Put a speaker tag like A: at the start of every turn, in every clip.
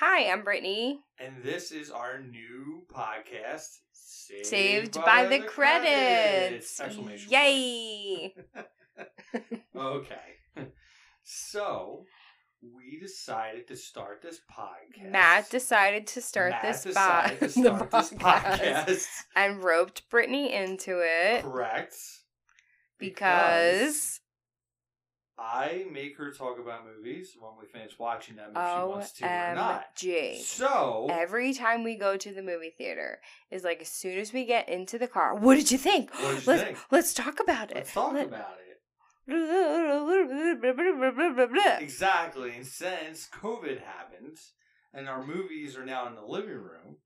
A: Hi, I'm Brittany.
B: And this is our new podcast, Saved,
A: Saved by, the, credits.
B: Exclamation
A: Yay!
B: point. Okay. so, we decided to start this podcast.
A: Matt decided to start
B: Matt
A: this,
B: decided
A: bo-
B: to start
A: the
B: this podcast.
A: and roped Brittany into it
B: Correct.
A: because
B: I make her talk about movies when we finish watching them if
A: Oh,
B: she wants to or not.
A: OMG.
B: So,
A: Every time we go to the movie theater is like as soon as we get into the car, what did you think?
B: what did you
A: let's
B: think?
A: let's talk about it.
B: Let's talk
A: Let-
B: about it.
A: Exactly.
B: Exactly. And since COVID happened and our movies are now in the living room,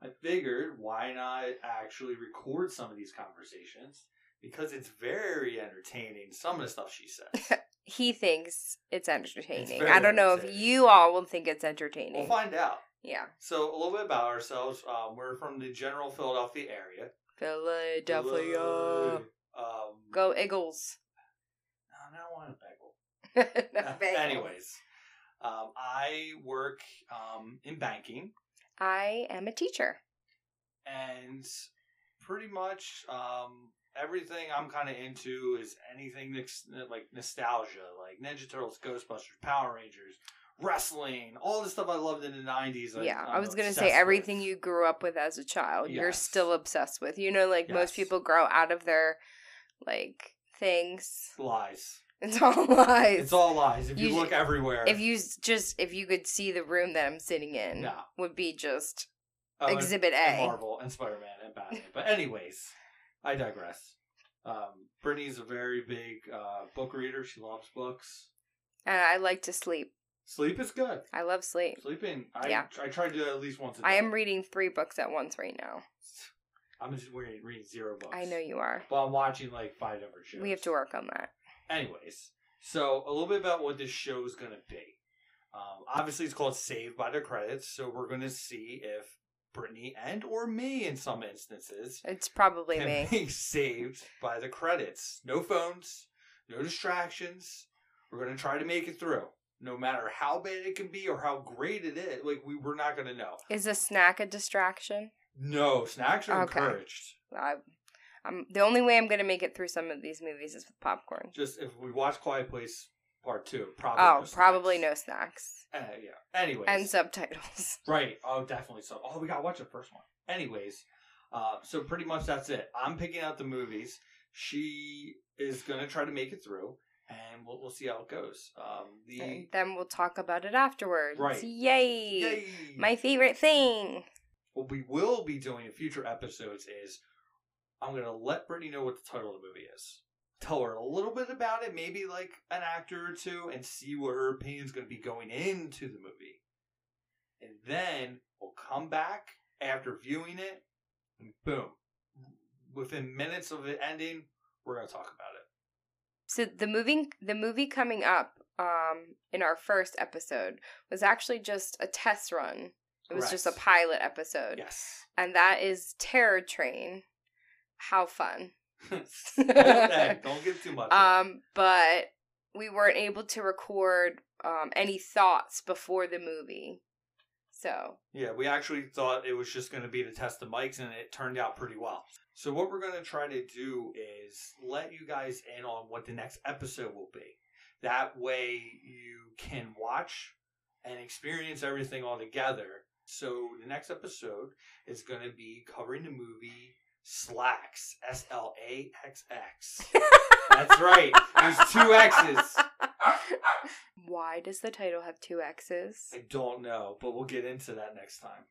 B: I figured why not actually record some of these conversations because it's very entertaining, some of the stuff she says.
A: He thinks it's entertaining.
B: very
A: I don't know if
B: entertaining.
A: you all will think it's
B: we'll
A: entertaining.
B: find out.
A: yeah.
B: So, a little bit about ourselves. Um, we're from the general Philadelphia area.
A: Philadelphia.
B: Um,
A: uh, Go Eagles.
B: I don't want a bagel.
A: Not bad.
B: Anyways, um, I work um, in banking.
A: I am a teacher.
B: and pretty much um, everything I'm kind of into is anything that's like nostalgia, like Ninja Turtles, Ghostbusters, Power Rangers, wrestling, all the stuff I loved in the '90s.
A: yeah,
B: I'm
A: I was gonna say
B: obsessed
A: everything
B: with.
A: you grew up with as a child, you're
B: Yes.
A: still obsessed with. You know, like most
B: Yes.
A: people grow out of their like things.
B: lies.
A: It's all lies.
B: It's all lies. If you,
A: you-
B: look everywhere,
A: If you s- just if you could see the room that I'm sitting in,
B: Yeah.
A: would be just
B: Oh, and-
A: Exhibit
B: and
A: A.
B: Marvel and Spider Man and Batman. But anyways, I digress. Um, Brittany's a very big uh, book reader. She loves books.
A: And I like to sleep.
B: Sleep is good.
A: I love sleep.
B: Sleeping, I
A: Yeah.
B: I try to do that at least once a day.
A: I am reading three books at once right now.
B: I'm just reading, reading zero books.
A: I know you are.
B: But I'm watching like five different shows.
A: We have to work on that.
B: Anyways, so a little bit about what this show is going to be. Um, obviously, it's called Saved by the Credits, so we're going to see if Brittany and or me, in some instances,
A: It's probably
B: can
A: me.
B: be saved by the credits. No phones, no distractions. We're going to try to make it through. No matter how bad it can be or how great it is, like we, we're not going to know.
A: Is a snack a distraction?
B: No, snacks are
A: Okay.
B: encouraged.
A: I, I'm the only way I'm gonna make it through some of these movies is with popcorn.
B: Just if we watch Quiet Place Part Two, probably.
A: Oh,
B: no
A: probably
B: snacks.
A: no snacks
B: Uh, yeah. Anyways.
A: and subtitles.
B: right. Oh, definitely so. Oh, we gotta watch the first one. Anyways, uh, so pretty much that's it. I'm picking out the movies. She is gonna try to make it through, and we'll we'll see how it goes. Um, the
A: And then we'll talk about it afterwards.
B: Right.
A: Yay!
B: yay.
A: My favorite thing.
B: what we will be doing in future episodes is I'm gonna let Brittany know what the title of the movie is. Tell her a little bit about it, maybe like an actor or two, and see what her opinion's gonna be going into the movie. And then we'll come back after viewing it, and boom. Within minutes of it ending, we're gonna talk about it.
A: So the moving the movie coming up um in our first episode was actually just a test run. It was just a
B: Correct.
A: pilot episode.
B: Yes.
A: And that is Terror Train. How fun.
B: All day. Don't give too much.
A: Um, but we weren't able to record um, any thoughts before the movie. So
B: Yeah, we actually thought it was just going to be to test the mics, and it turned out pretty well. So, what we're going to try to do is let you guys in on what the next episode will be. That way, you can watch and experience everything all together. So, the next episode is going to be covering the movie Slacks, S L A X X. That's right, there's two X's.
A: why does the title have two X's?
B: I don't know, but we'll get into that next time.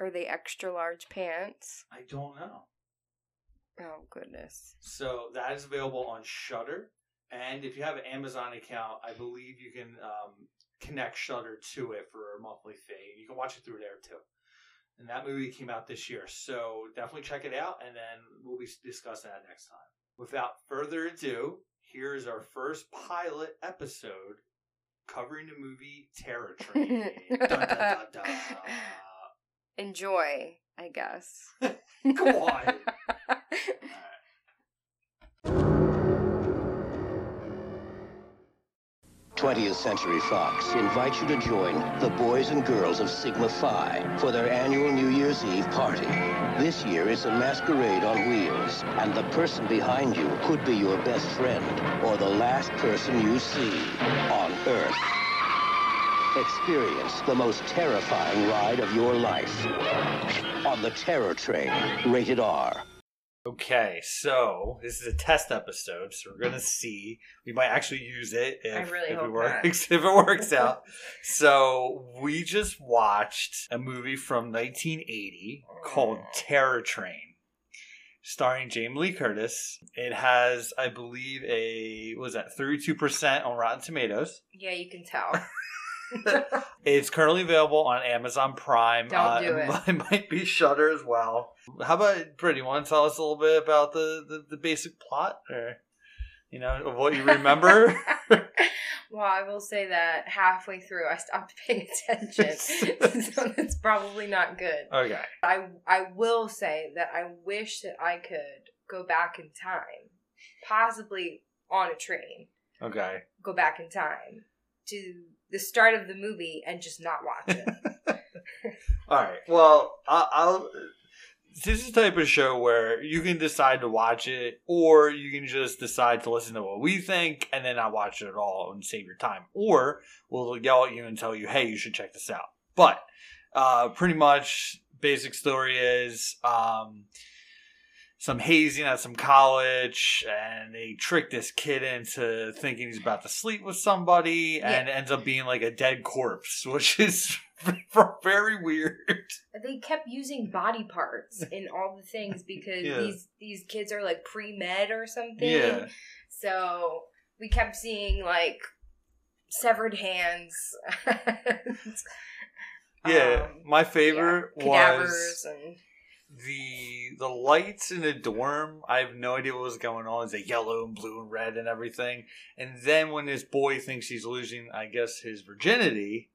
A: Are they extra large pants?
B: I don't know.
A: Oh goodness.
B: So that is available on Shutter, and if you have an Amazon account, I believe you can um, connect Shutter to it for a monthly fee. You can watch it through there too. And that movie came out this year, so definitely check it out, and then we'll be discussing that next time. Without further ado, here is our first pilot episode covering the movie Terror Train. Dun, dun, dun, dun.
A: Enjoy, I guess.
B: Come on.
C: 20th Century Fox invites you to join the boys and girls of Sigma Phi for their annual New Year's Eve party. This year it's a masquerade on wheels, and the person behind you could be your best friend or the last person you see on Earth. Experience the most terrifying ride of your life on the Terror Train, rated R.
B: Okay, so this is a test episode, so we're gonna see. We might actually use it if,
A: I really
B: if it
A: hope not.
B: works. If it works out. So we just watched a movie from 1980 called
A: Oh.
B: Terror Train, starring Jamie Lee Curtis. It has, I believe, a what was that 32 percent on Rotten Tomatoes.
A: Yeah, you can tell.
B: It's currently available on Amazon Prime. Uh,
A: Don't do it.
B: It might be Shutter as well. How about Brittany? Want to tell us a little bit about the, the, the basic plot, or you know, of what you remember?
A: well, I will say that halfway through, I stopped paying attention, so that's probably not good.
B: okay.
A: I I will say that I wish that I could go back in time, possibly on a train,
B: Okay.
A: go back in time to the start of the movie and just not watch it.
B: All right. Well, I'll, I'll. This is the type of show where you can decide to watch it, or you can just decide to listen to what we think and then not watch it at all and save your time. Or we'll yell at you and tell you, "Hey, you should check this out." But uh, pretty much, basic story is um, some hazing at some college, and they trick this kid into thinking he's about to sleep with somebody, and ends up being like a dead corpse, which is very weird.
A: they kept using body parts in all the things because
B: Yeah.
A: these these kids are like pre med or something.
B: Yeah.
A: So we kept seeing like severed hands.
B: Yeah,
A: Um,
B: my favorite
A: yeah,
B: was
A: cadavers and
B: the the lights in the dorm. I have no idea what was going on. It's like yellow and blue and red and everything. And then when this boy thinks he's losing, I guess his virginity,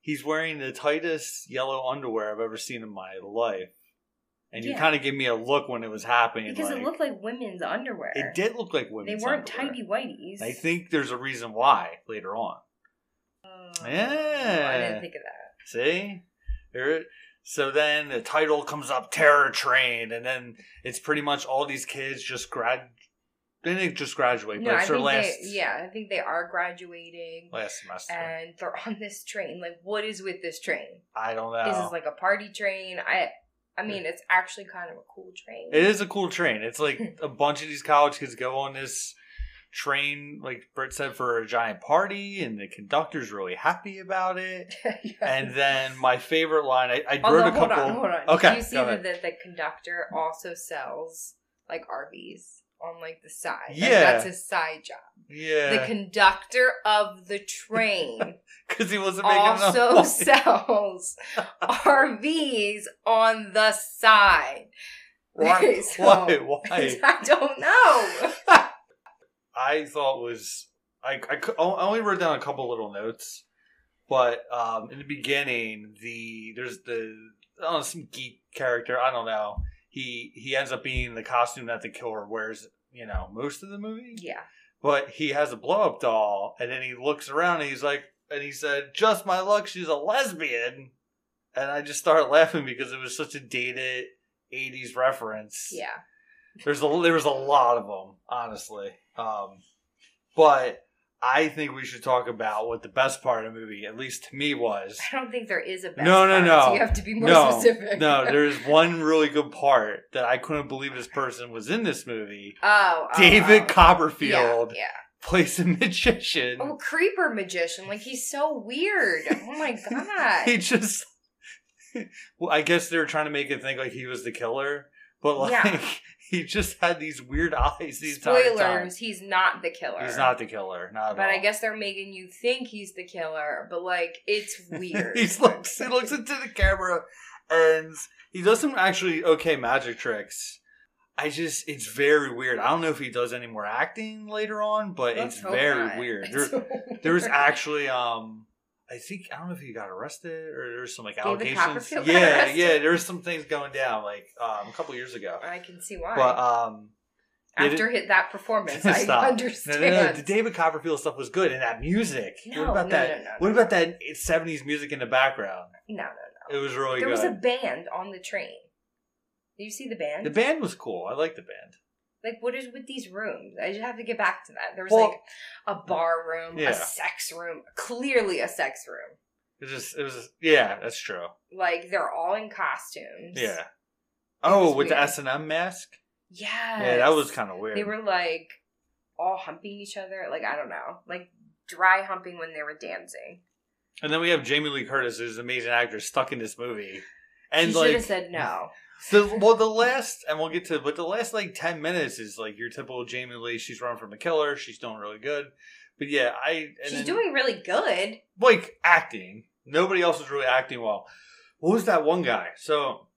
B: he's wearing the tightest yellow underwear I've ever seen in my life. And you
A: Yeah.
B: kind of give me a look when it was happening.
A: because
B: like,
A: it looked like women's underwear.
B: it did look like
A: They
B: women.
A: weren't tidy whities.
B: I think there's a reason why later on.
A: Um, oh, I
B: Yeah.
A: didn't think of that.
B: See? There it- So then the title comes up Terror Train, and then it's pretty much all these kids just grad. They didn't just graduate,
A: No,
B: but
A: I
B: it's their
A: think
B: last,
A: they. Yeah, Uh, I think they are graduating,
B: last semester.
A: and they're on this train. Like, what is with this train?
B: I don't
A: Is
B: know.
A: this like a party train? I I mean, it's actually kind of a cool train.
B: it is a cool train. It's like a bunch of these college kids go on this train, like Britt said, for a giant party, and the conductor's really happy about it. And then my favorite line, I, I
A: Although,
B: wrote a couple.
A: hold on, hold on.
B: Okay,
A: Did you see
B: go
A: that
B: ahead.
A: the, the conductor also sells like RVs on like the side? Like,
B: Yeah.
A: that's his side job. The
B: Yeah,
A: conductor of the train
B: because he wasn't making enough.
A: also
B: money.
A: sells RVs on the side.
B: Why?
A: So-
B: Why? Why?
A: I don't know.
B: I thought was I, I, cou- I only wrote down a couple little notes, but um, in the beginning, the there's the I don't know, some geek character I don't know. He he ends up being the costume that the killer wears, you know, most of the movie.
A: Yeah.
B: But he has a blow up doll, and then he looks around and he's like, and he said, "Just my luck, she's a lesbian," and I just started laughing because it was such a dated '80s reference.
A: Yeah.
B: There's a there was a lot of them, honestly. Um, but I think we should talk about what the best part of the movie, at least to me, was.
A: I don't think there is a best
B: No, no,
A: part,
B: no.
A: So you have to be more
B: No,
A: specific.
B: No, there's one really good part that I couldn't believe this person was in this movie.
A: Oh, oh,
B: David
A: oh.
B: Copperfield
A: Yeah,
B: plays a magician.
A: yeah. Oh, creeper magician. Like he's so weird. Oh my
B: He
A: god.
B: just. well, I guess they were trying to make it think like he was the killer, but like
A: Yeah.
B: he just had these weird eyes these time.
A: Spoilers. He's not the killer.
B: He's not the killer. Not at
A: But I
B: all.
A: guess they're making you think he's the killer. But like, it's weird.
B: he looks he looks into the camera and he does some actually okay magic tricks. I just it's very weird. I don't know if he does any more acting later on, but
A: Let's
B: it's
A: hope
B: very
A: not.
B: weird.
A: It's
B: There,
A: so
B: there was
A: weird.
B: actually um I think I don't know if he got arrested or there's some like
A: David
B: allegations.
A: Copperfield got
B: Yeah,
A: arrested?
B: yeah, there was some things going down like um, a couple years ago.
A: I can see why.
B: But um Did
A: after hit that performance. I
B: Stop. No,
A: understand.
B: no, no. The David Copperfield stuff was good, and that music.
A: No,
B: what about
A: no,
B: that?
A: no, no,
B: what
A: no.
B: about Oh that '70s music in the background?
A: No, no,
B: It was really
A: There
B: good.
A: was a band on the train. Did you see the band?
B: the band was cool. I like the band.
A: like, what is with these rooms? I just have to get back to that. There was
B: Well-
A: like a bar room,
B: Yeah.
A: a sex room, clearly a sex room.
B: It just, it was, yeah, that's true.
A: Like they're all in costumes.
B: Yeah. Oh,
A: was
B: with the
A: weird.
B: S and M mask.
A: Yes.
B: Yeah, that was kind of weird.
A: They were like all humping each other. Like I don't know, like dry humping when they were dancing.
B: and then we have Jamie Lee Curtis, who's an amazing actress, stuck in this movie. And
A: And she should
B: like,
A: have said no.
B: the, well, the last, and we'll get to, but the last like ten minutes is like your typical Jamie Lee. She's running from a killer. She's doing really good. But yeah, I and
A: She's
B: then-
A: doing really good.
B: like acting. Nobody else is really acting well. What was that one guy? So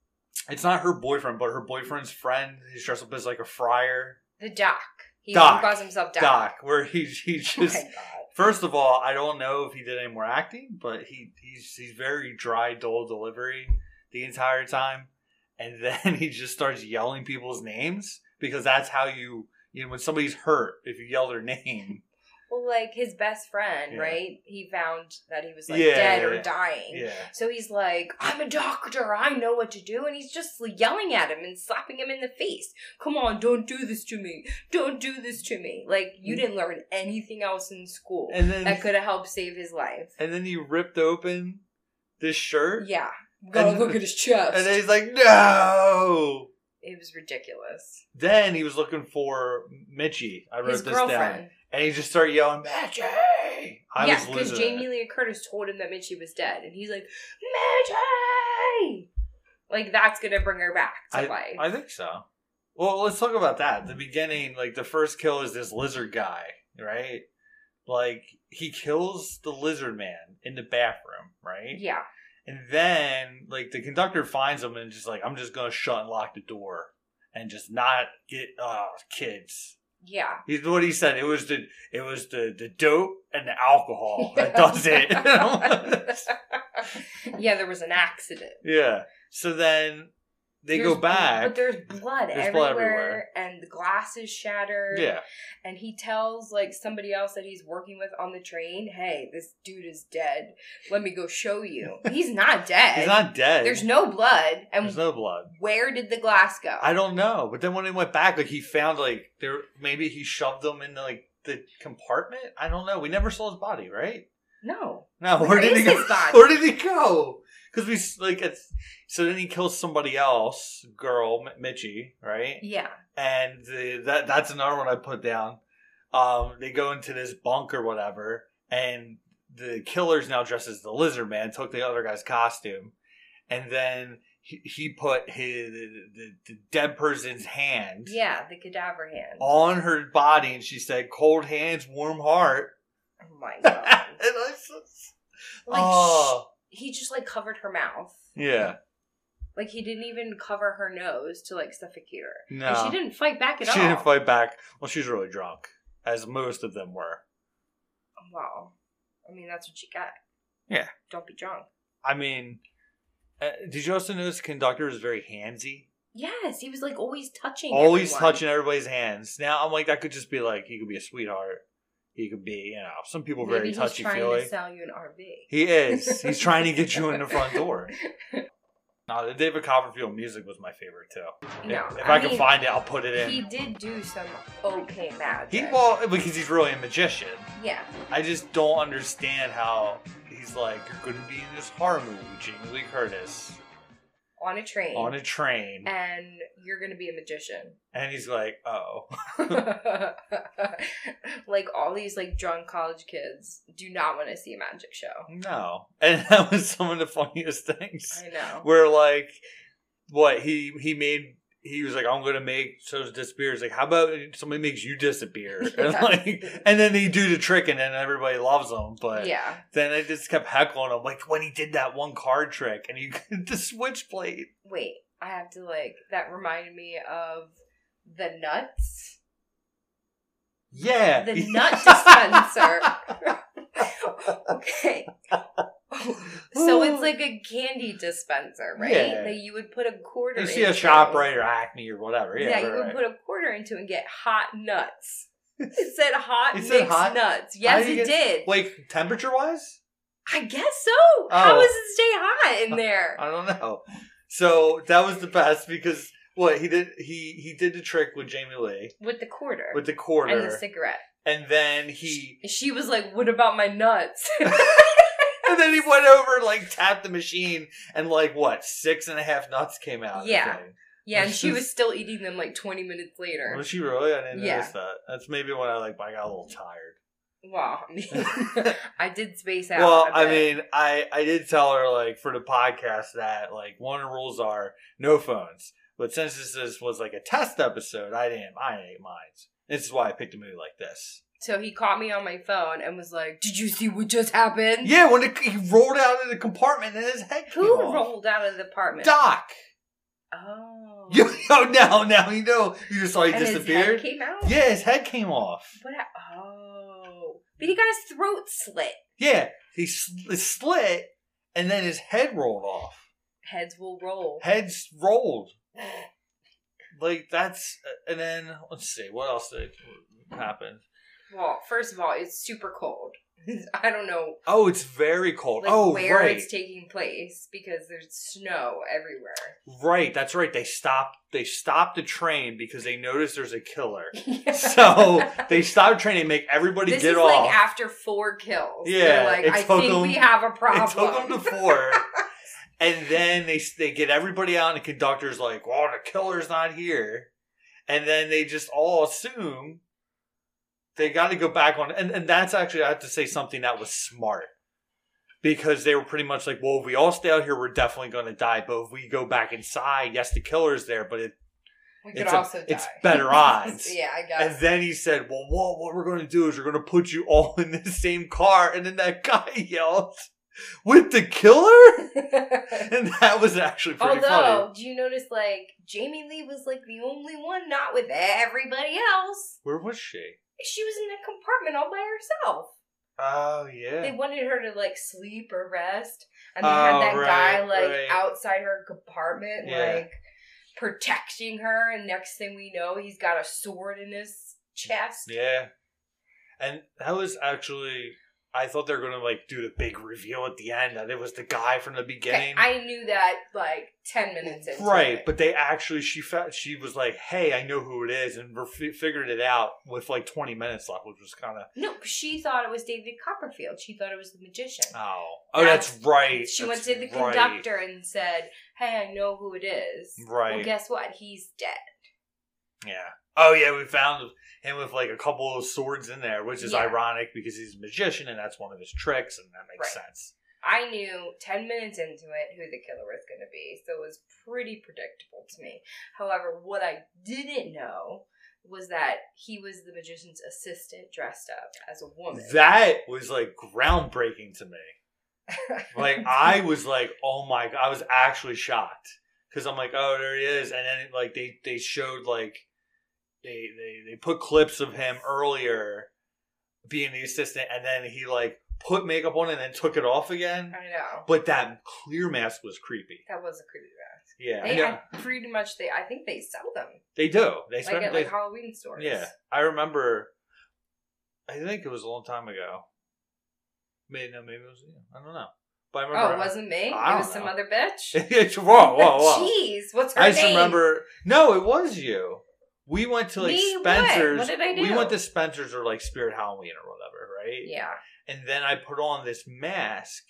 B: it's not her boyfriend, but her boyfriend's friend. He's dressed up as like a friar
A: The doc. He
B: Doc.
A: calls himself
B: doc,
A: doc.
B: where he he
A: Oh my
B: just.
A: God.
B: First of all, I don't know if he did any more acting, but he he's he's very dry, dull delivery the entire time, and then he just starts yelling people's names because that's how you you know when somebody's hurt if you yell their name.
A: Well, like his best friend,
B: Yeah.
A: right? He found that he was like
B: Yeah,
A: dead
B: yeah,
A: or
B: yeah.
A: dying.
B: Yeah,
A: So he's like, I'm a doctor. I know what to do. And he's just yelling at him and slapping him in the face. Come on, don't do this to me. Don't do this to me. Like, you didn't learn anything else in school
B: Mm. and then
A: that could have helped save his life.
B: and then he ripped open this shirt.
A: Yeah. Gotta
B: And-
A: look at his chest.
B: And then he's like, no.
A: it was ridiculous.
B: Then he was looking for Mitchie. I wrote
A: His
B: this down.
A: girlfriend.
B: And he just started yelling, Mitchie! I
A: yeah,
B: was losing
A: Jamie
B: it.
A: Lee Curtis told him that Mitchie was dead. And he's like, Mitchie! Like, that's gonna bring her back to life.
B: I think so. Well, let's talk about that. The beginning, like the first kill is this lizard guy, right? Like he kills the lizard man in the bathroom, right?
A: yeah.
B: And then, like, the conductor finds him and just like, I'm just gonna shut and lock the door and just not get uh kids.
A: Yeah.
B: He's what he said. It was the it was the the dope and the alcohol Oh, that does it.
A: yeah, there was an accident.
B: yeah. So then they
A: There's
B: go
A: bl-
B: back.
A: But there's blood,
B: There's blood
A: everywhere,
B: everywhere.
A: and the glass is shattered.
B: yeah.
A: And he tells like somebody else that he's working with on the train, hey, this dude is dead. Let me go show you. He's not dead.
B: He's not dead.
A: There's no blood. And
B: There's no blood.
A: where did the glass go?
B: I don't know. But then when they went back, like he found like there maybe he shoved them in like the compartment. I don't know. We never saw his body, right?
A: know.
B: No, where,
A: Where
B: did he
A: is
B: go?
A: his body?
B: Where did he go? Because we s- like it's, so then he kills somebody else, girl, M- Mitchie, right?
A: Yeah.
B: and the, that that's another one I put down. Um, they go into this bunk or whatever, and the killer's now dressed as the lizard man, took the other guy's costume, and then he, he put his the, the dead person's hand
A: Yeah, the cadaver hand.
B: on her body, and she said, "Cold hands, warm heart."
A: oh my
B: and
A: god.
B: I was
A: like sh-
B: oh,
A: he just like covered her mouth.
B: yeah,
A: Like he didn't even cover her nose to like suffocate her.
B: no,
A: And she didn't fight back at
B: She
A: all.
B: didn't fight back. Well, she's really drunk, as most of them were.
A: Wow. I mean, that's what you got.
B: Yeah.
A: Don't be drunk.
B: I mean, uh, did you also notice conductor is very handsy?
A: Yes, he was like always touching.
B: Always
A: everyone.
B: touching everybody's hands. Now I'm like, that could just be like he could be a sweetheart. He could be, you know, some people very
A: Maybe he's
B: touchy
A: trying
B: feely.
A: to sell you an RV.
B: He is. He's trying to get you in the front door. No, the David Copperfield music was my favorite too.
A: No,
B: if I, can
A: mean,
B: find it, I'll put it in.
A: he
B: He,
A: did do some okay magic.
B: well, because he's really a magician.
A: Yeah,
B: I just don't understand how he's like you're going to be in this horror movie, with Jamie Lee Curtis,
A: on a train.
B: on a train,
A: and you're gonna be a magician.
B: and he's like, oh.
A: like all these like drunk college kids do not want to see a magic show.
B: No. And that was some of the funniest things.
A: I know.
B: Where like what he he made he was like, I'm gonna make so disappear. It's like, how about somebody makes you disappear? And
A: Yeah.
B: like and then they do the trick and then everybody loves him. But
A: yeah,
B: then I just kept heckling him like when he did that one card trick and he the switchblade.
A: wait, I have to like that reminded me of the nuts.
B: Yeah.
A: The nut dispenser. okay. so it's like a candy dispenser, right?
B: Yeah.
A: That you would put a quarter.
B: You see a
A: into.
B: shop right or Acme or whatever. Yeah,
A: Yeah, you
B: right,
A: would
B: right.
A: put a quarter into and get hot nuts. It said hot
B: It
A: mixed
B: said hot?
A: nuts.
B: How
A: Yes,
B: do
A: it
B: you get-
A: did.
B: like temperature wise.
A: I guess so. How
B: Oh. Uh,
A: does it stay hot in there?
B: I don't know. So that was the best because what he did he he did the trick with Jamie Lee
A: With the quarter.
B: with the quarter,
A: And the cigarette.
B: and then he
A: She was like, What about my nuts?
B: and then he went over and like tapped the machine and like what six and a half nuts came out. I
A: Yeah.
B: think.
A: yeah, and she was still eating them like 20 minutes later.
B: Was she really? I didn't
A: Yeah.
B: notice that. That's maybe when I like I got a little tired.
A: Wow. I mean, I did space out.
B: well,
A: a
B: I
A: bit.
B: mean, I I did tell her like for the podcast that like one of the rules are no phones. But since this is, was like a test episode, I didn't I didn't mind. This is why I picked a movie like this.
A: So he caught me on my phone and was like, Did you see what just happened?
B: Yeah, when the, he rolled out of the compartment and his head came
A: Who
B: off.
A: rolled out of the apartment?
B: Doc.
A: Oh.
B: You know now now you know you just saw he
A: and his head
B: disappeared.
A: came out?
B: yeah, his head came off.
A: What? a- oh, but he got his throat slit.
B: Yeah, he sl- slit and then his head rolled off.
A: Heads will roll.
B: heads rolled. Like that's uh, and then let's see what else did happen.
A: Well, first of all, it's super cold. I don't know
B: Oh, it's very cold.
A: like,
B: oh,
A: where
B: right,
A: it's taking place because there's snow everywhere.
B: right. That's right. They stopped. They stopped the train because they noticed there's a killer. so they stopped the train and make everybody
A: this
B: get
A: is
B: off.
A: like after four kills.
B: Yeah,
A: Yeah, like
B: it
A: I
B: took
A: think we
B: them-
A: have a problem.
B: it took them to four, and then they they get everybody out, and the conductor's like, "Well, the killer's not here," and then they just all assume they got to go back on, and and that's actually I have to say something that was smart because they were pretty much like, "Well, if we all stay out here, we're definitely going to die, but if we go back inside, yes, the killer's there, but it."
A: we could
B: It's a-
A: also die.
B: it's better odds.
A: yeah, I guess.
B: And then he said, "Well, whoa, what we're going to do is we're going to put you all in the same car," and then that guy yelled, "With the killer!" and that was actually pretty funny.
A: Although, do you notice like Jamie Lee was like the only one not with everybody else?
B: Where was she?
A: She was in that compartment all by herself.
B: Oh yeah.
A: They wanted her to like sleep or rest, and they had
B: Oh,
A: that
B: right,
A: guy like
B: right.
A: outside her compartment,
B: Yeah.
A: like protecting her. And next thing we know, he's got a sword in his chest.
B: yeah. And that was actually I thought they were going to like do the big reveal at the end that it was the guy from the
A: Okay,
B: beginning.
A: I knew that like ten minutes into
B: Right,
A: it.
B: but they actually she fa- she was like, "Hey, I know who it is," and ref- figured it out with like twenty minutes left, which was kind of
A: no, she thought it was David Copperfield. She thought it was the magician.
B: oh, oh, that's, right.
A: She went
B: That's
A: to the
B: right.
A: conductor and said, "Hey, I know who it is."
B: Right.
A: Well, guess what? He's dead.
B: Yeah. Oh yeah, we found him with like a couple of swords in there, which is
A: Yeah.
B: ironic because he's a magician and that's one of his tricks, and that makes
A: Right.
B: sense.
A: I knew 10 minutes into it who the killer was going to be, so it was pretty predictable to me. However, what I didn't know was that he was the magician's assistant dressed up as a woman.
B: That was like groundbreaking to me. Like I was like, oh my god, I was actually shocked because I'm like, oh, there he is, and then like they they showed like they they they put clips of him earlier being the assistant, and then he like put makeup on and then took it off again.
A: I know.
B: But that clear mask was creepy.
A: That was a creepy mask.
B: Yeah, I
A: They
B: know.
A: I pretty much they I think they sell them
B: They do. They
A: like
B: spend.
A: at
B: they,
A: like Halloween stores.
B: yeah, I remember. I think it was a long time ago. Maybe no, maybe it was. I don't know. But I remember.
A: Oh, it wasn't me. It
B: I don't
A: was some
B: know.
A: other bitch.
B: it's whoa, whoa, whoa!
A: Jeez, what's her
B: I just
A: name?
B: remember. No, it was you. We went to like
A: Me? What?
B: Spencer's.
A: What did I
B: We
A: do?
B: went to Spencer's or like Spirit Halloween or whatever, right?
A: Yeah.
B: And then I put on this mask.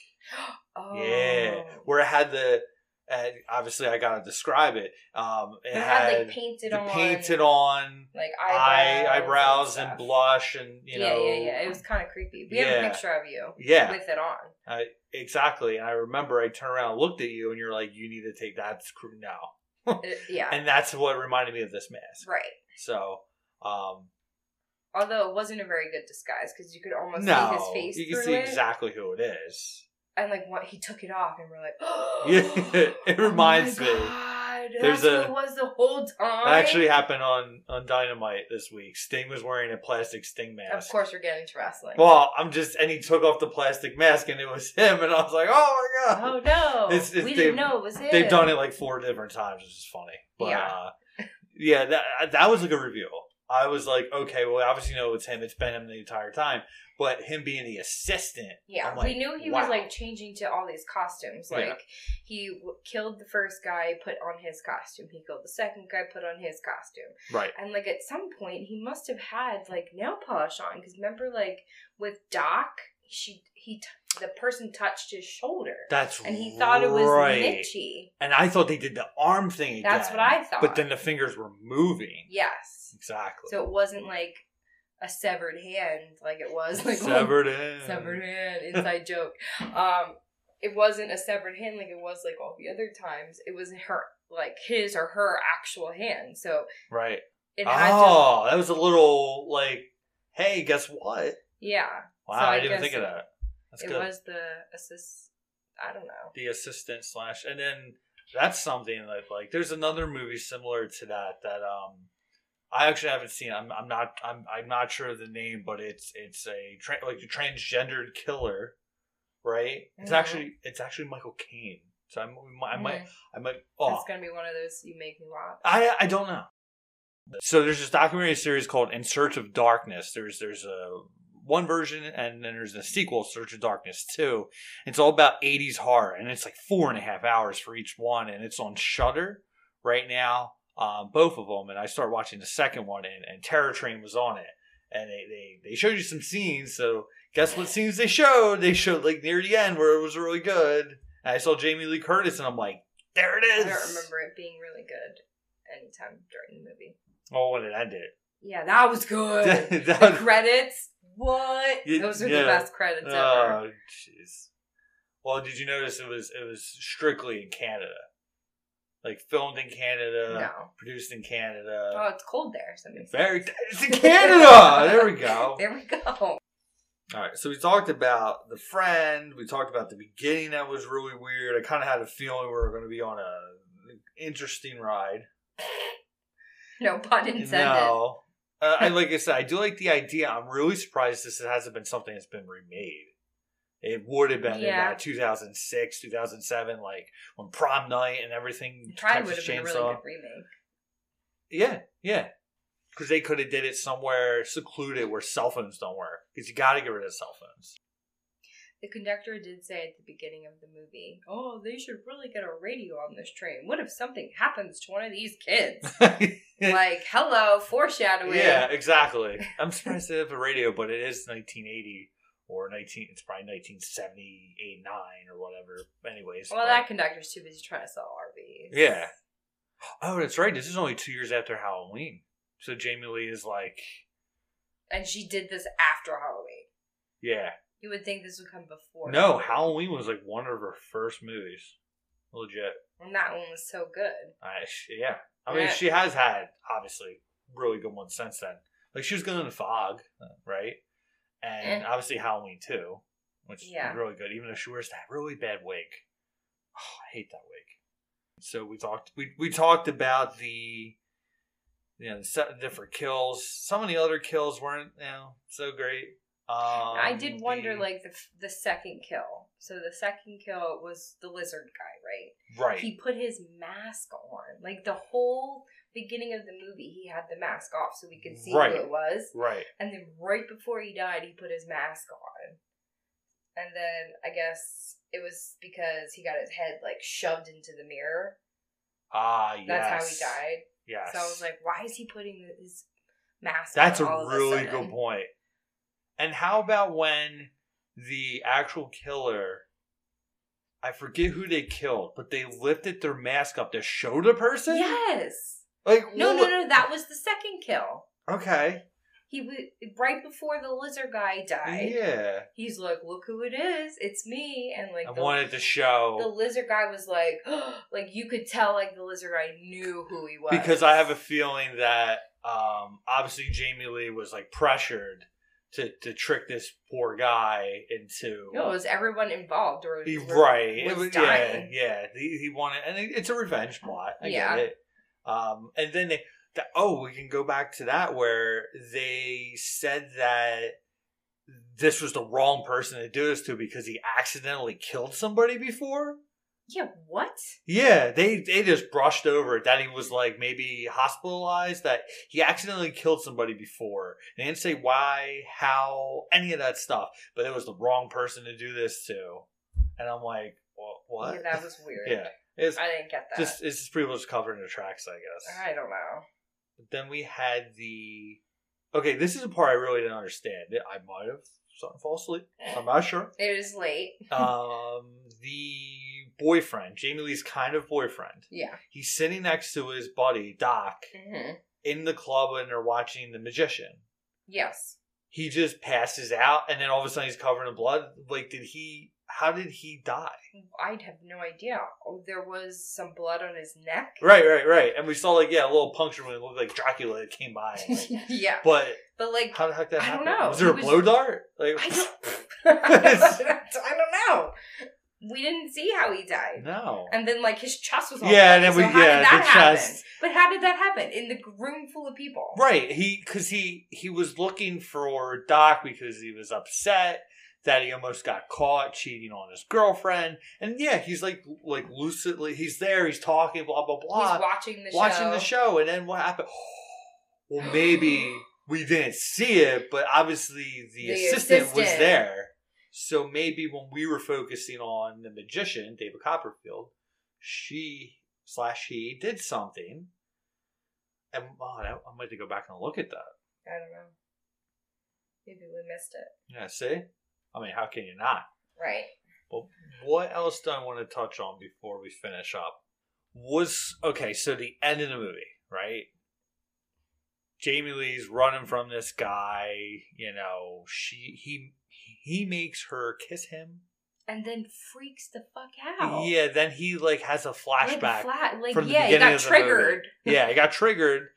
A: Oh.
B: Yeah, where it had the. And obviously, I gotta describe it. Um, it,
A: It had, like
B: the
A: painted on
B: painted on
A: like
B: eye
A: eyebrows,
B: eyebrows and
A: stuff.
B: blush and you know
A: yeah, yeah, yeah. It was kind of creepy. We have
B: Yeah.
A: a picture of you
B: Yeah,
A: with it on.
B: exactly. And I remember I turned around and looked at you, and you're like, "You need to take that screw now."
A: It- yeah,
B: And that's what reminded me of this mask.
A: right.
B: So, um,
A: Although it wasn't a very good disguise because you could almost
B: no,
A: see his face
B: you can
A: through
B: see
A: it,
B: exactly who it is.
A: and like what he took it off, and we're like,
B: Yeah, it
A: Oh my
B: reminds me.
A: God.
B: There's
A: That's who
B: a-
A: it was the whole time.
B: That actually happened on on Dynamite this week. Sting was wearing a plastic Sting mask.
A: of course, we're getting to wrestling.
B: Well, I'm just, and he took off the plastic mask, and it was him, and I was like, oh my god.
A: oh no,
B: It's- it's-
A: we
B: they've-
A: didn't know it was it.
B: They've done it like four different times, which is funny. But yeah,
A: Yeah.
B: uh, yeah, that uh, that was a good reveal. I was like, okay, well, obviously, no, it's him. It's been him the entire time. But him being the assistant,
A: Yeah,
B: I'm like,
A: we knew he
B: wow.
A: was like changing to all these costumes.
B: Yeah.
A: Like he w- killed the first guy, put on his costume. He killed the second guy, put on his costume.
B: right?
A: And like at some point, he must have had like nail polish on because remember, like with Doc, she he t- the person touched his shoulder,
B: That's
A: and he thought it was
B: right.
A: Mitchie.
B: And I thought they did the arm thing.
A: That's
B: again,
A: what I thought.
B: But then the fingers were moving.
A: yes,
B: Exactly.
A: so it wasn't like a severed hand, like it was like
B: severed in.
A: severed hand inside joke um it wasn't a severed hand like it was like all the other times it was her like his or her actual hand so
B: Right.
A: it had to
B: Oh, that was a little like, hey, guess what?
A: yeah
B: Wow,
A: So
B: I,
A: I
B: didn't
A: guess
B: think of
A: it-
B: that. That's
A: it
B: good.
A: was the assist i don't know
B: the assistant slash, and then that's something that like there's another movie similar to that that um I actually haven't seen. I'm I'm not I'm I'm not sure of the name, but it's it's a tra- like a transgendered killer, right? It's
A: Mhm.
B: actually it's actually Michael Caine. So I'm, I might
A: Mhm.
B: I might oh
A: it's gonna be one of those you make me laugh
B: I I don't know. So there's this documentary series called In Search of Darkness. There's there's a one version and then there's a sequel, Search of Darkness Two. It's all about 80s horror, and it's like four and a half hours for each one, and it's on Shudder right now, um, both of them. And I started watching the second one, and, and Terror Train was on it, and they, they they showed you some scenes. So guess what scenes they showed? They showed like near the end where it was really good. And I saw Jamie Lee Curtis, and I'm like, there it
A: i
B: is.
A: don't remember it being really good anytime during the movie
B: Oh, what did I do?
A: yeah that was good
B: That-
A: the credits what
B: Yeah,
A: those are
B: yeah.
A: the best credits ever
B: Oh, jeez. Well, did you notice it was it was strictly in Canada, like filmed in Canada,
A: no
B: produced in Canada.
A: oh it's cold there so it makes
B: Very
A: sense.
B: it's in Canada. there we go.
A: there we go
B: All right, so we talked about the friend. We talked about the beginning that was really weird. I kind of had a feeling we were going to be on a interesting ride.
A: no pun intended
B: No, uh, I, like I said, I do like the idea. I'm really surprised this hasn't been something that's been remade. It would have been in uh,
A: Yeah.
B: like 2006, 2007, like when prom night and everything.
A: It probably would
B: Texas
A: have been a really
B: Chainsaw.
A: good remake.
B: Yeah, yeah. Because they could have did it somewhere secluded where cell phones don't work. Because you got to get rid of cell phones.
A: The conductor did say at the beginning of the movie, "Oh, they should really get a radio on this train. What if something happens to one of these kids?" like, hello, foreshadowing.
B: yeah, exactly. I'm surprised they have a radio, but it is 1980 or 19. It's probably 1978, nine or whatever. Anyways,
A: Well,
B: but-
A: that conductor's too busy trying to sell RVs.
B: Yeah. Oh, that's right. This is only two years after Halloween. So Jamie Lee is like,
A: And she did this after Halloween.
B: yeah.
A: You would think this would come before.
B: No, Halloween was like one of her first movies. Legit.
A: And that one was so good.
B: I, sh- yeah. I mean,
A: Yeah.
B: she has had, obviously, really good ones since then. Like, she was good in Fog, right? And
A: Eh.
B: obviously Halloween too, which
A: Yeah.
B: is really good, even though she wears that really bad wig. Oh, I hate that wig. So we talked we, we talked about the you know, the se- different kills. Some of the other kills weren't, you know, so great. Um,
A: I did wonder,
B: the-
A: like the f- the second kill. So the second kill was the lizard guy, right?
B: right,
A: he put his mask on. Like the whole beginning of the movie, he had the mask off so we could see
B: Right.
A: who it was.
B: right,
A: And then right before he died, he put his mask on. And then I guess it was because he got his head like shoved into the mirror.
B: ah, yes,
A: That's how he died.
B: Yes,
A: So I was like, why is he putting his mask?
B: That's a
A: on all of
B: really
A: sudden?
B: good point. And how about when the actual killer, I forget who they killed, but they lifted their mask up to show the person?
A: Yes.
B: Like,
A: No, no,
B: what-
A: no. That was the second kill.
B: Okay.
A: He wa- right before the lizard guy died.
B: Yeah.
A: He's like, look who it is. It's me. And like
B: I
A: the-
B: wanted to
A: the
B: show
A: lizard guy was like, like you could tell, like the lizard guy knew who he was
B: because I have a feeling that um, obviously Jamie Lee was like pressured to to trick this poor guy into
A: No, it was everyone involved or
B: He-
A: or-
B: right. It
A: was
B: was-
A: dying.
B: Yeah, yeah. He, he wanted, and it, it's a revenge plot. I
A: Yeah.
B: get it. Um, and then they, the, oh, we can go back to that where they said that this was the wrong person to do this to because he accidentally killed somebody before.
A: Yeah, what?
B: Yeah, they they just brushed over it that he was like maybe hospitalized, that he accidentally killed somebody before. They didn't say why, how, any of that stuff, but it was the wrong person to do this to. And I'm like, well, what?
A: Yeah, that was weird.
B: Yeah, it's
A: I uh, didn't get that.
B: just it's just pretty much covering the tracks, I guess.
A: I don't know.
B: But then we had the okay. This is a part I really didn't understand. I might have started to fall asleep. I'm not sure.
A: It is late.
B: um, the boyfriend, Jamie Lee's kind of boyfriend
A: Yeah.
B: he's sitting next to his buddy Doc
A: hmm
B: in the club and they're watching The Magician.
A: Yes.
B: He just passes out and then all of a sudden he's covered in blood. Like, did he? How did he die?
A: I'd have no idea. Oh, there was some blood on his neck.
B: Right, right, right. And we saw like yeah, a little puncture when it looked like Dracula that came by. Like,
A: yeah.
B: but
A: But like,
B: how the heck that
A: I don't
B: happened?
A: know.
B: Was there
A: He
B: a
A: was-
B: blow dart? Like,
A: I don't, I don't know. We didn't see how he died.
B: no.
A: And then like his chest was all
B: Yeah,
A: bloody,
B: then we-
A: so how
B: yeah,
A: did that
B: the
A: happen?
B: chest.
A: But how did that happen in the room full of people?
B: Right, he because he he was looking for Doc because he was upset that he almost got caught cheating on his girlfriend, and yeah, he's like like lucidly he's there, he's talking, blah blah blah,
A: He's watching the
B: watching
A: show.
B: the show, and then what happened? Well, maybe we didn't see it, but obviously the,
A: The
B: assistant, was
A: assistant.
B: there, so maybe when we were focusing on the magician David Copperfield, she slash he did something. And oh, I I might have to go back and look at that.
A: I don't know. Maybe we missed it.
B: Yeah, see? I mean, how can you not?
A: Right.
B: But what else do I want to touch on before we finish up? Was okay, so the end of the movie, right? Jamie Lee's running from this guy, you know, she he he makes her kiss him.
A: And then freaks the fuck out.
B: Yeah, then he like has a
A: Like,
B: flashback.
A: flat, like
B: from the
A: yeah, he
B: beginning
A: got
B: of the movie.
A: triggered.
B: yeah, he got triggered.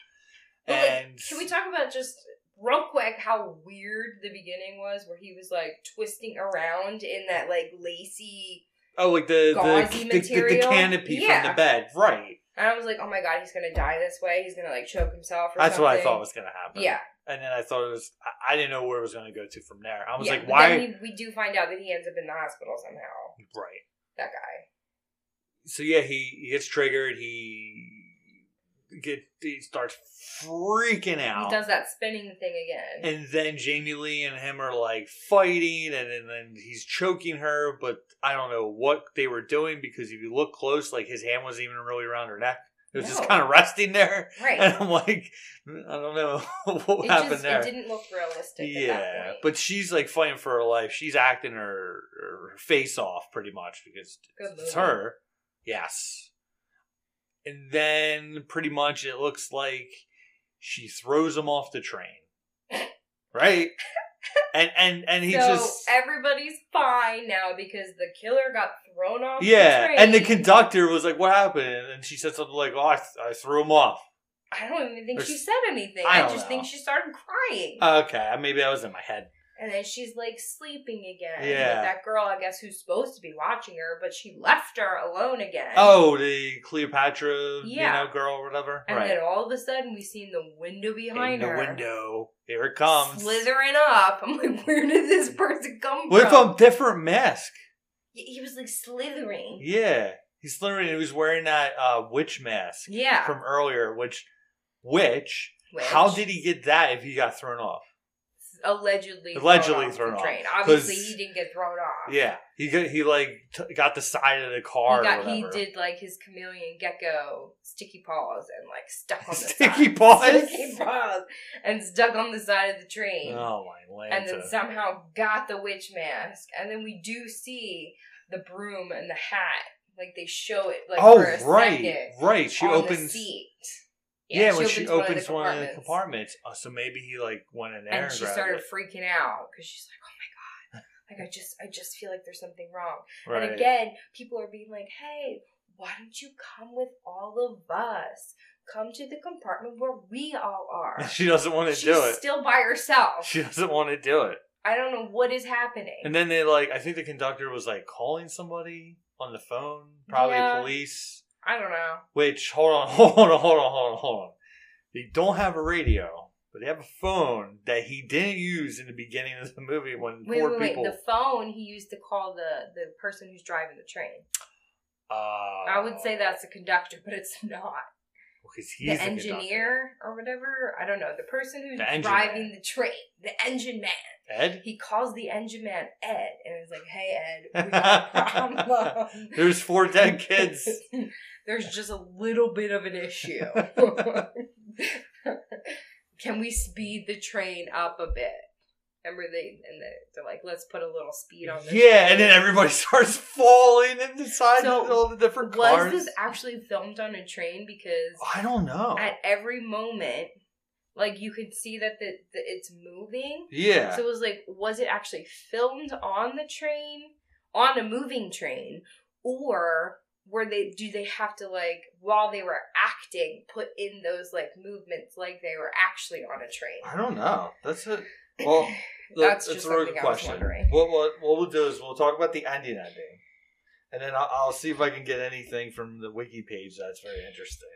A: But, like,
B: and
A: Can we talk about just real quick how weird the beginning was, where he was like twisting around in that like lacy,
B: Oh, like the
A: Gauzy
B: the, the, the,
A: material?
B: canopy from
A: Yeah.
B: the bed, right?
A: and I was like, oh my god, he's gonna die this way. He's gonna like choke himself. Or
B: That's what I
A: something.
B: thought was gonna happen.
A: Yeah,
B: and then I thought it was I, I didn't know where it was going to go to from there. I was
A: yeah,
B: like,
A: but
B: why?
A: Then we, we do find out that he ends up in the hospital somehow.
B: right.
A: That guy.
B: So yeah, he, he gets triggered. He get he starts freaking out.
A: He does that spinning thing again.
B: and then Jamie Lee and him are like fighting, and, and then he's choking her. But I don't know what they were doing because if you look close, like his hand wasn't even really around her neck. It was
A: No.
B: just kind of resting there. And
A: right.
B: I'm like, "Mm, I don't know what
A: It
B: happened
A: just
B: there.
A: it didn't look realistic. at
B: Yeah,
A: that point.
B: but she's like fighting for her life. She's acting her, her face off pretty much because
A: Good
B: it's
A: movie.
B: her. Yes. And then pretty much it looks like she throws him off the train. right? And and and he
A: so
B: just
A: everybody's fine now because the killer got thrown off. the
B: Yeah,
A: train.
B: and the conductor was like, "What happened?" And she said something like, "Oh, I, th- I threw him off."
A: I don't even think
B: There's-
A: she said anything.
B: I
A: I,
B: don't
A: just
B: know. Uh,
A: think she started crying.
B: Okay, maybe that was in my head.
A: and then she's like sleeping again. with
B: Yeah.
A: that girl, I guess, who's supposed to be watching her, but she left her alone again.
B: Oh, the Cleopatra,
A: Yeah.
B: you know, girl or whatever.
A: And
B: right.
A: then all of a sudden, we seen the window behind
B: in the
A: her.
B: window. Here it comes.
A: Slithering up. I'm like, where did this person come
B: What if
A: from?
B: I'm different mask?
A: Y- He was like slithering.
B: Yeah, he's slithering. and He was wearing that uh, witch mask
A: Yeah.
B: from earlier. Which, which,
A: Which
B: How did he get that if he got thrown off?
A: allegedly
B: Allegedly thrown
A: thrown, off
B: off,
A: the train?
B: 'cause-
A: Obviously, he didn't get thrown off.
B: Yeah, he got, he like t- got the side of the car.
A: He, got,
B: or
A: he
B: whatever.
A: did like his chameleon gecko sticky paws and like stuck on the
B: Sticky
A: side.
B: paws?
A: sticky paws and stuck on the side of the train
B: Oh my
A: and
B: lanta!
A: then somehow got the witch mask and then we do see the broom and the hat like they show it like
B: oh
A: for a
B: right,
A: second
B: right. She
A: on
B: opens.
A: the seat.
B: Yeah, when she opens, one, of the
A: compartments.
B: compartments, oh, so maybe he like went in there and,
A: and she
B: grabbed
A: started
B: it.
A: freaking out because she's like, "Oh my god, like I just, I just feel like there's something wrong."
B: Right.
A: And again, people are being like, "Hey, why don't you come with all of us? come to the compartment where we all are.
B: She doesn't want to
A: She's
B: do it.
A: still by herself.
B: she doesn't want to do it.
A: I don't know what is happening.
B: And then they like, I think the conductor was like calling somebody on the phone, probably
A: Yeah.
B: police.
A: I don't know.
B: Which hold on, hold on, hold on, hold on, hold on. They don't have a radio, but they have a phone that he didn't use in the beginning of the movie when
A: Wait,
B: four
A: wait, wait.
B: people.
A: The phone he used to call the the person who's driving the train.
B: uh,
A: I would say that's the conductor, but it's not.
B: because Uh, he's
A: the engineer or whatever. I don't know. The person who's
B: The engine
A: driving the train, the engine man.
B: conductor. Ed.
A: He calls the engine man Ed and is like, "Hey Ed, we got a problem."
B: There's four dead kids.
A: There's just a little bit of an issue. Can we speed the train up a bit? Remember they and they- they're like, "Let's put a little speed on this."
B: yeah, and then everybody starts falling and inside
A: So,
B: all the different
A: was
B: cars.
A: this actually filmed on a train? Because
B: I don't know.
A: at every moment, like you could see that the, the it's moving.
B: yeah.
A: So it was like, was it actually filmed on the train, on a moving train, or were they? Do they have to like while they were acting put in those like movements like they were actually on a train?
B: I don't know. That's a well. That's,
A: That's
B: that's
A: just
B: a really
A: something
B: good
A: I was
B: question.
A: wondering.
B: What, what what we'll do is we'll talk about the ending ending, and then I'll, I'll see if I can get anything from the wiki page that's very interesting.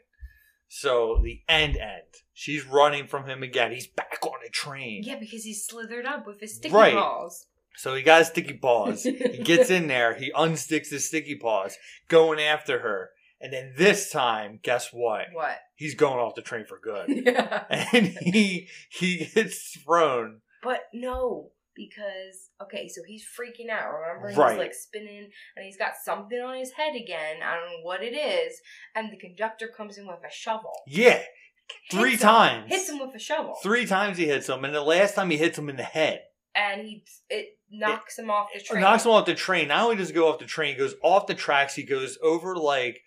B: So the end end, she's running from him again. He's back on a train.
A: Yeah, because he slithered up with his sticky
B: Right.
A: balls.
B: So he got his sticky paws. he gets in there. He unsticks his sticky paws, going after her. And then this time, guess what?
A: What?
B: He's going off the train for good.
A: Yeah.
B: and he he gets thrown
A: But no, because okay, so he's freaking out. Remember, he's
B: Right.
A: like spinning, and he's got something on his head again. I don't know what it is. And the conductor comes in with a shovel.
B: Yeah, three
A: Hits him.
B: times.
A: Hits him with a shovel.
B: Three times he hits him, and the last time he hits him in the head.
A: and he it knocks him off the train.
B: Knocks him off the train. Not only does he go off the train, he goes off the tracks. He goes over like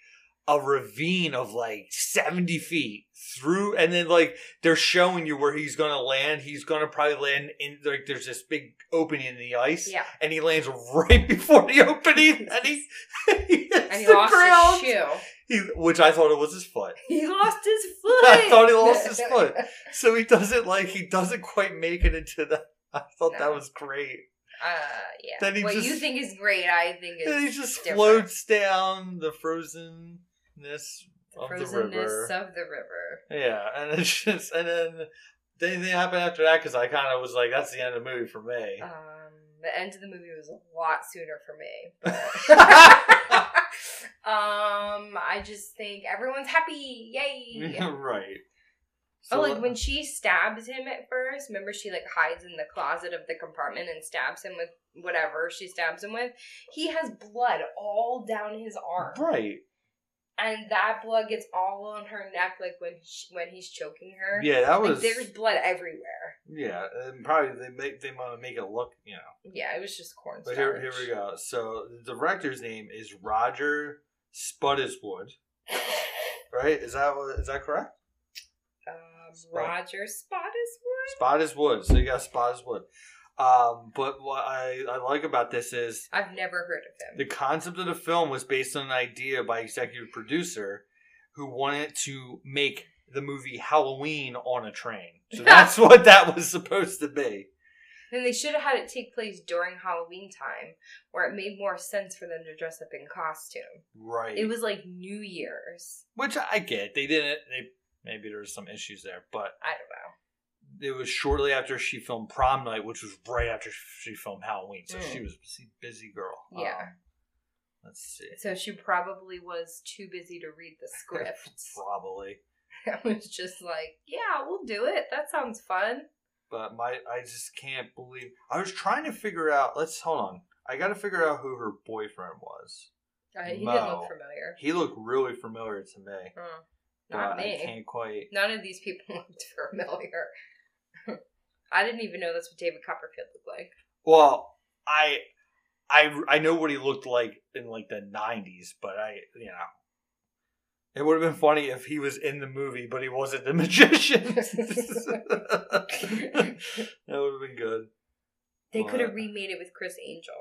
B: a ravine of like 70 feet through, and then like they're showing you where he's gonna land. He's gonna probably land in like there's this big opening in the ice,
A: Yeah,
B: and he lands right before the opening, and he, he hits
A: and he
B: the
A: lost
B: ground.
A: his shoe.
B: He, which I thought it was his foot.
A: He lost his foot.
B: I thought he lost his foot. So he doesn't like he doesn't quite make it into the. I thought that
A: No.
B: was great.
A: Uh, yeah.
B: Then he
A: what
B: just-
A: you think is great, I think is
B: And he just
A: different.
B: floats down the frozenness
A: the
B: of the river.
A: frozenness of the river.
B: yeah, and it's just and then did anything happen after that? Because I kind of was like, that's the end of the movie for me.
A: Um, the end of the movie was a lot sooner for me. um, I just think everyone's happy. Yay!
B: right.
A: Oh,
B: So,
A: like when she stabs him at first. Remember, she like hides in the closet of the compartment and stabs him with whatever she stabs him with. He has blood all down his arm,
B: right.
A: and that blood gets all on her neck. Like when she, when he's choking her,
B: Yeah, that
A: like
B: was.
A: there's blood everywhere.
B: yeah, and probably they make they want to make it look, you know.
A: Yeah, it was just cornstarch.
B: But here, here we go. So the director's name is Roger Spottiswood. Right? Is that what- is that correct?
A: Um,
B: Spot.
A: Roger Spot is one.
B: Spot is wood. So you got spot is wood. Um, but what I, I like about this is
A: I've never heard of
B: the
A: him.
B: concept of the film was based on an idea by executive producer who wanted to make the movie Halloween on a train. So that's what that was supposed to be.
A: Then they should have had it take place during Halloween time, where it made more sense for them to dress up in costume.
B: Right.
A: It was like New Year's.
B: Which I get. They didn't they maybe there was some issues there, but
A: I don't know.
B: it was shortly after she filmed Prom Night, which was right after she filmed Halloween. So
A: Mm.
B: she was a busy girl.
A: Yeah.
B: Um, let's see.
A: So she probably was too busy to read the scripts.
B: Probably.
A: I was just like, yeah, we'll do it. That sounds fun.
B: But my I just can't believe I was trying to figure out let's hold on. I gotta figure out who her boyfriend was.
A: Uh, he didn't
B: Mo.
A: look familiar.
B: He looked really familiar to me.
A: Huh.
B: But
A: Not
B: I
A: me.
B: can't quite
A: None of these people looked familiar. I didn't even know that's what David Copperfield looked like.
B: Well, I I I know what he looked like in like the nineties, but I you know it would have been funny if he was in the movie, but he wasn't the magician. that would have been good.
A: They
B: Well,
A: could
B: uh,
A: have remade it with Chris Angel.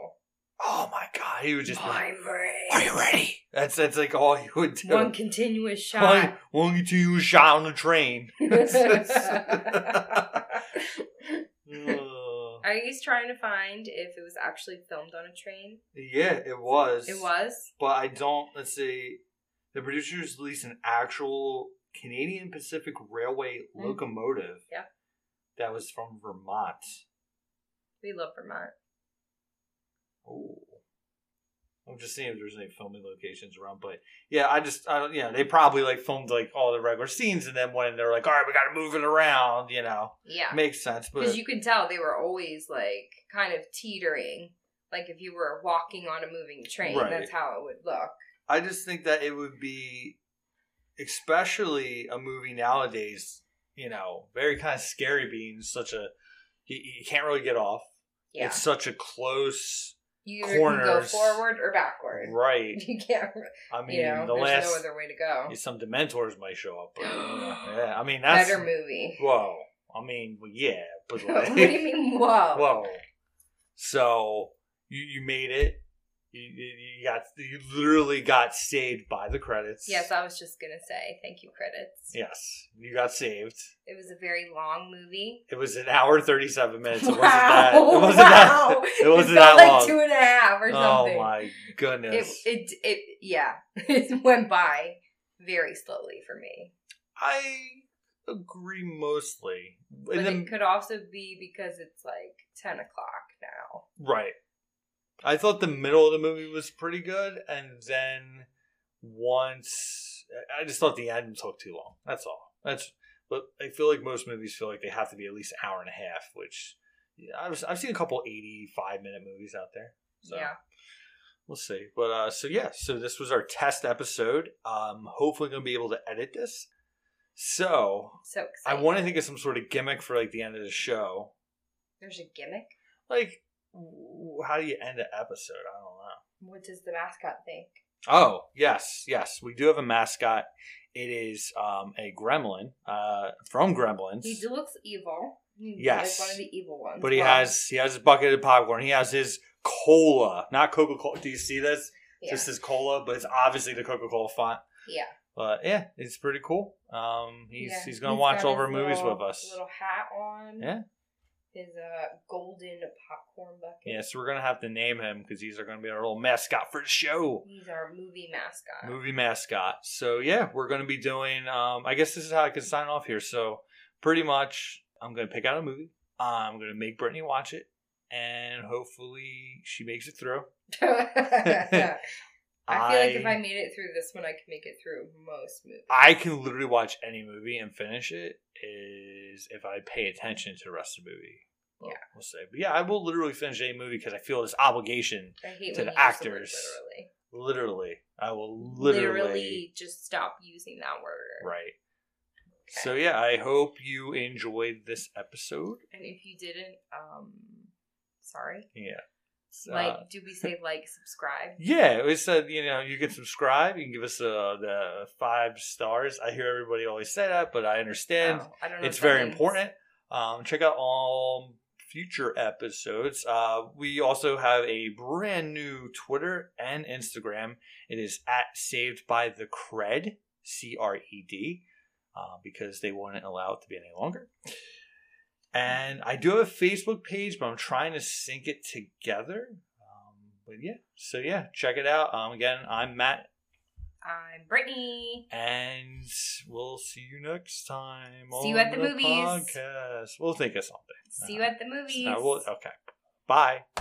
B: oh my god, he would just be like,
A: I'm ready.
B: are you ready? That's that's like all he would do.
A: One continuous
B: One,
A: shot.
B: one two, you shot on the train.
A: Are you guys trying to find if it was actually filmed on a train?
B: yeah, it was.
A: It was.
B: but I don't. Let's see. The producers released an actual Canadian Pacific Railway
A: Mm.
B: locomotive.
A: Yeah.
B: That was from Vermont.
A: We love Vermont.
B: Oh. I'm just seeing if there's any filming locations around, but yeah, I just, I don't, yeah, they probably like filmed like all the regular scenes, and then when they're like, all right, we got to move it around, you know,
A: Yeah.
B: makes sense. But
A: Because you can tell they were always like kind of teetering. Like if you were walking on a moving train,
B: Right.
A: that's how it would look.
B: I just think that it would be, especially a movie nowadays, you know, very kind of scary being such a, you, you can't really get off.
A: Yeah.
B: It's such a close
A: you either can go
B: corners.
A: forward or backward.
B: right.
A: You can't,
B: I mean,
A: you know,
B: the
A: there's
B: last
A: no other way to go.
B: some dementors might show up. But, yeah, I mean that's
A: Better movie.
B: whoa. I mean, well, yeah, but like,
A: what do you mean, whoa?
B: whoa. So you you made it. You, you you got you literally got saved by the credits.
A: Yes, I was just gonna say thank you credits.
B: Yes, you got saved.
A: It was a very long movie.
B: It was an hour thirty seven minutes. It wasn't
A: Wow,
B: that. It wasn't
A: wow.
B: that. It wasn't
A: felt
B: that
A: like
B: long.
A: two and a half or something.
B: oh my
A: It,
B: goodness!
A: it it yeah. it went by very slowly for me.
B: I agree mostly.
A: But
B: And then-
A: it could also be because it's like ten o'clock now.
B: Right. I thought the middle of the movie was pretty good, and then once I- I just thought the end took too long. That's all. That's but I feel like most movies feel like they have to be at least an hour and a half, which yeah, I was, I've seen a couple eighty-five minute movies out there. So
A: Yeah.
B: we'll see. But uh, so yeah, so this was our test episode. Um, hopefully, gonna be able to edit this. So
A: So
B: I
A: excited.
B: want to think of some sort of gimmick for like the end of the show.
A: There's a gimmick.
B: Like, w- how do you end an episode? I don't know.
A: What does the mascot think?
B: Oh, yes, yes. We do have a mascot. It is um, a gremlin uh, from Gremlins.
A: He looks evil. He's
B: Yes.
A: like one of the evil ones.
B: But he
A: Well,
B: has he has his bucket of popcorn. He has his cola, not Coca Cola. Do you see this?
A: yeah.
B: Just his cola, but it's obviously the Coca Cola font.
A: Yeah.
B: But yeah, it's pretty cool. Um, he's
A: Yeah,
B: he's gonna watch
A: got
B: all of
A: his
B: our movies
A: little-
B: with us.
A: Little hat on.
B: Yeah.
A: His uh, golden popcorn bucket.
B: Yeah, so we're gonna have to name him because these are gonna be our little mascot for the show.
A: He's our movie mascot.
B: movie mascot. So yeah, we're going to be doing. Um, I guess this is how I can sign off here. So pretty much, I'm going to pick out a movie. I'm going to make Brittany watch it, and hopefully she makes it through.
A: I feel like if I made it through this one, I could make it through most movies.
B: I can literally watch any movie and finish it is if I pay attention to the rest of the movie. Well,
A: Yeah.
B: we'll say. But yeah, I will literally finish any movie because I feel this obligation.
A: I hate
B: to
A: when
B: the
A: you use the word
B: actors. Literally, I will
A: literally.
B: literally,
A: Literally, just stop using that word.
B: right. So yeah, I hope you enjoyed this episode.
A: And if you didn't, um, sorry.
B: Yeah. So, uh,
A: Like, do we say like, subscribe?
B: yeah, we said, you know, you can subscribe, you can give us uh, the five stars. I hear everybody always say that, but I understand.
A: Oh, I don't know
B: it's
A: what that
B: very
A: means.
B: important. Um, check out all future episodes. Uh, we also have a brand new Twitter and Instagram. It is at Saved by the Cred, C R E D, uh, because they wouldn't allow it to be any longer. And I do have a Facebook page, but I'm trying to sync it together. Um, but yeah, so yeah, check it out. Um, again, I'm Matt,
A: I'm Brittany.
B: and we'll see you next time.
A: See you
B: on
A: at the movies.
B: Podcast. We'll think of something.
A: See you at the movies.
B: Uh, we'll- okay. Bye.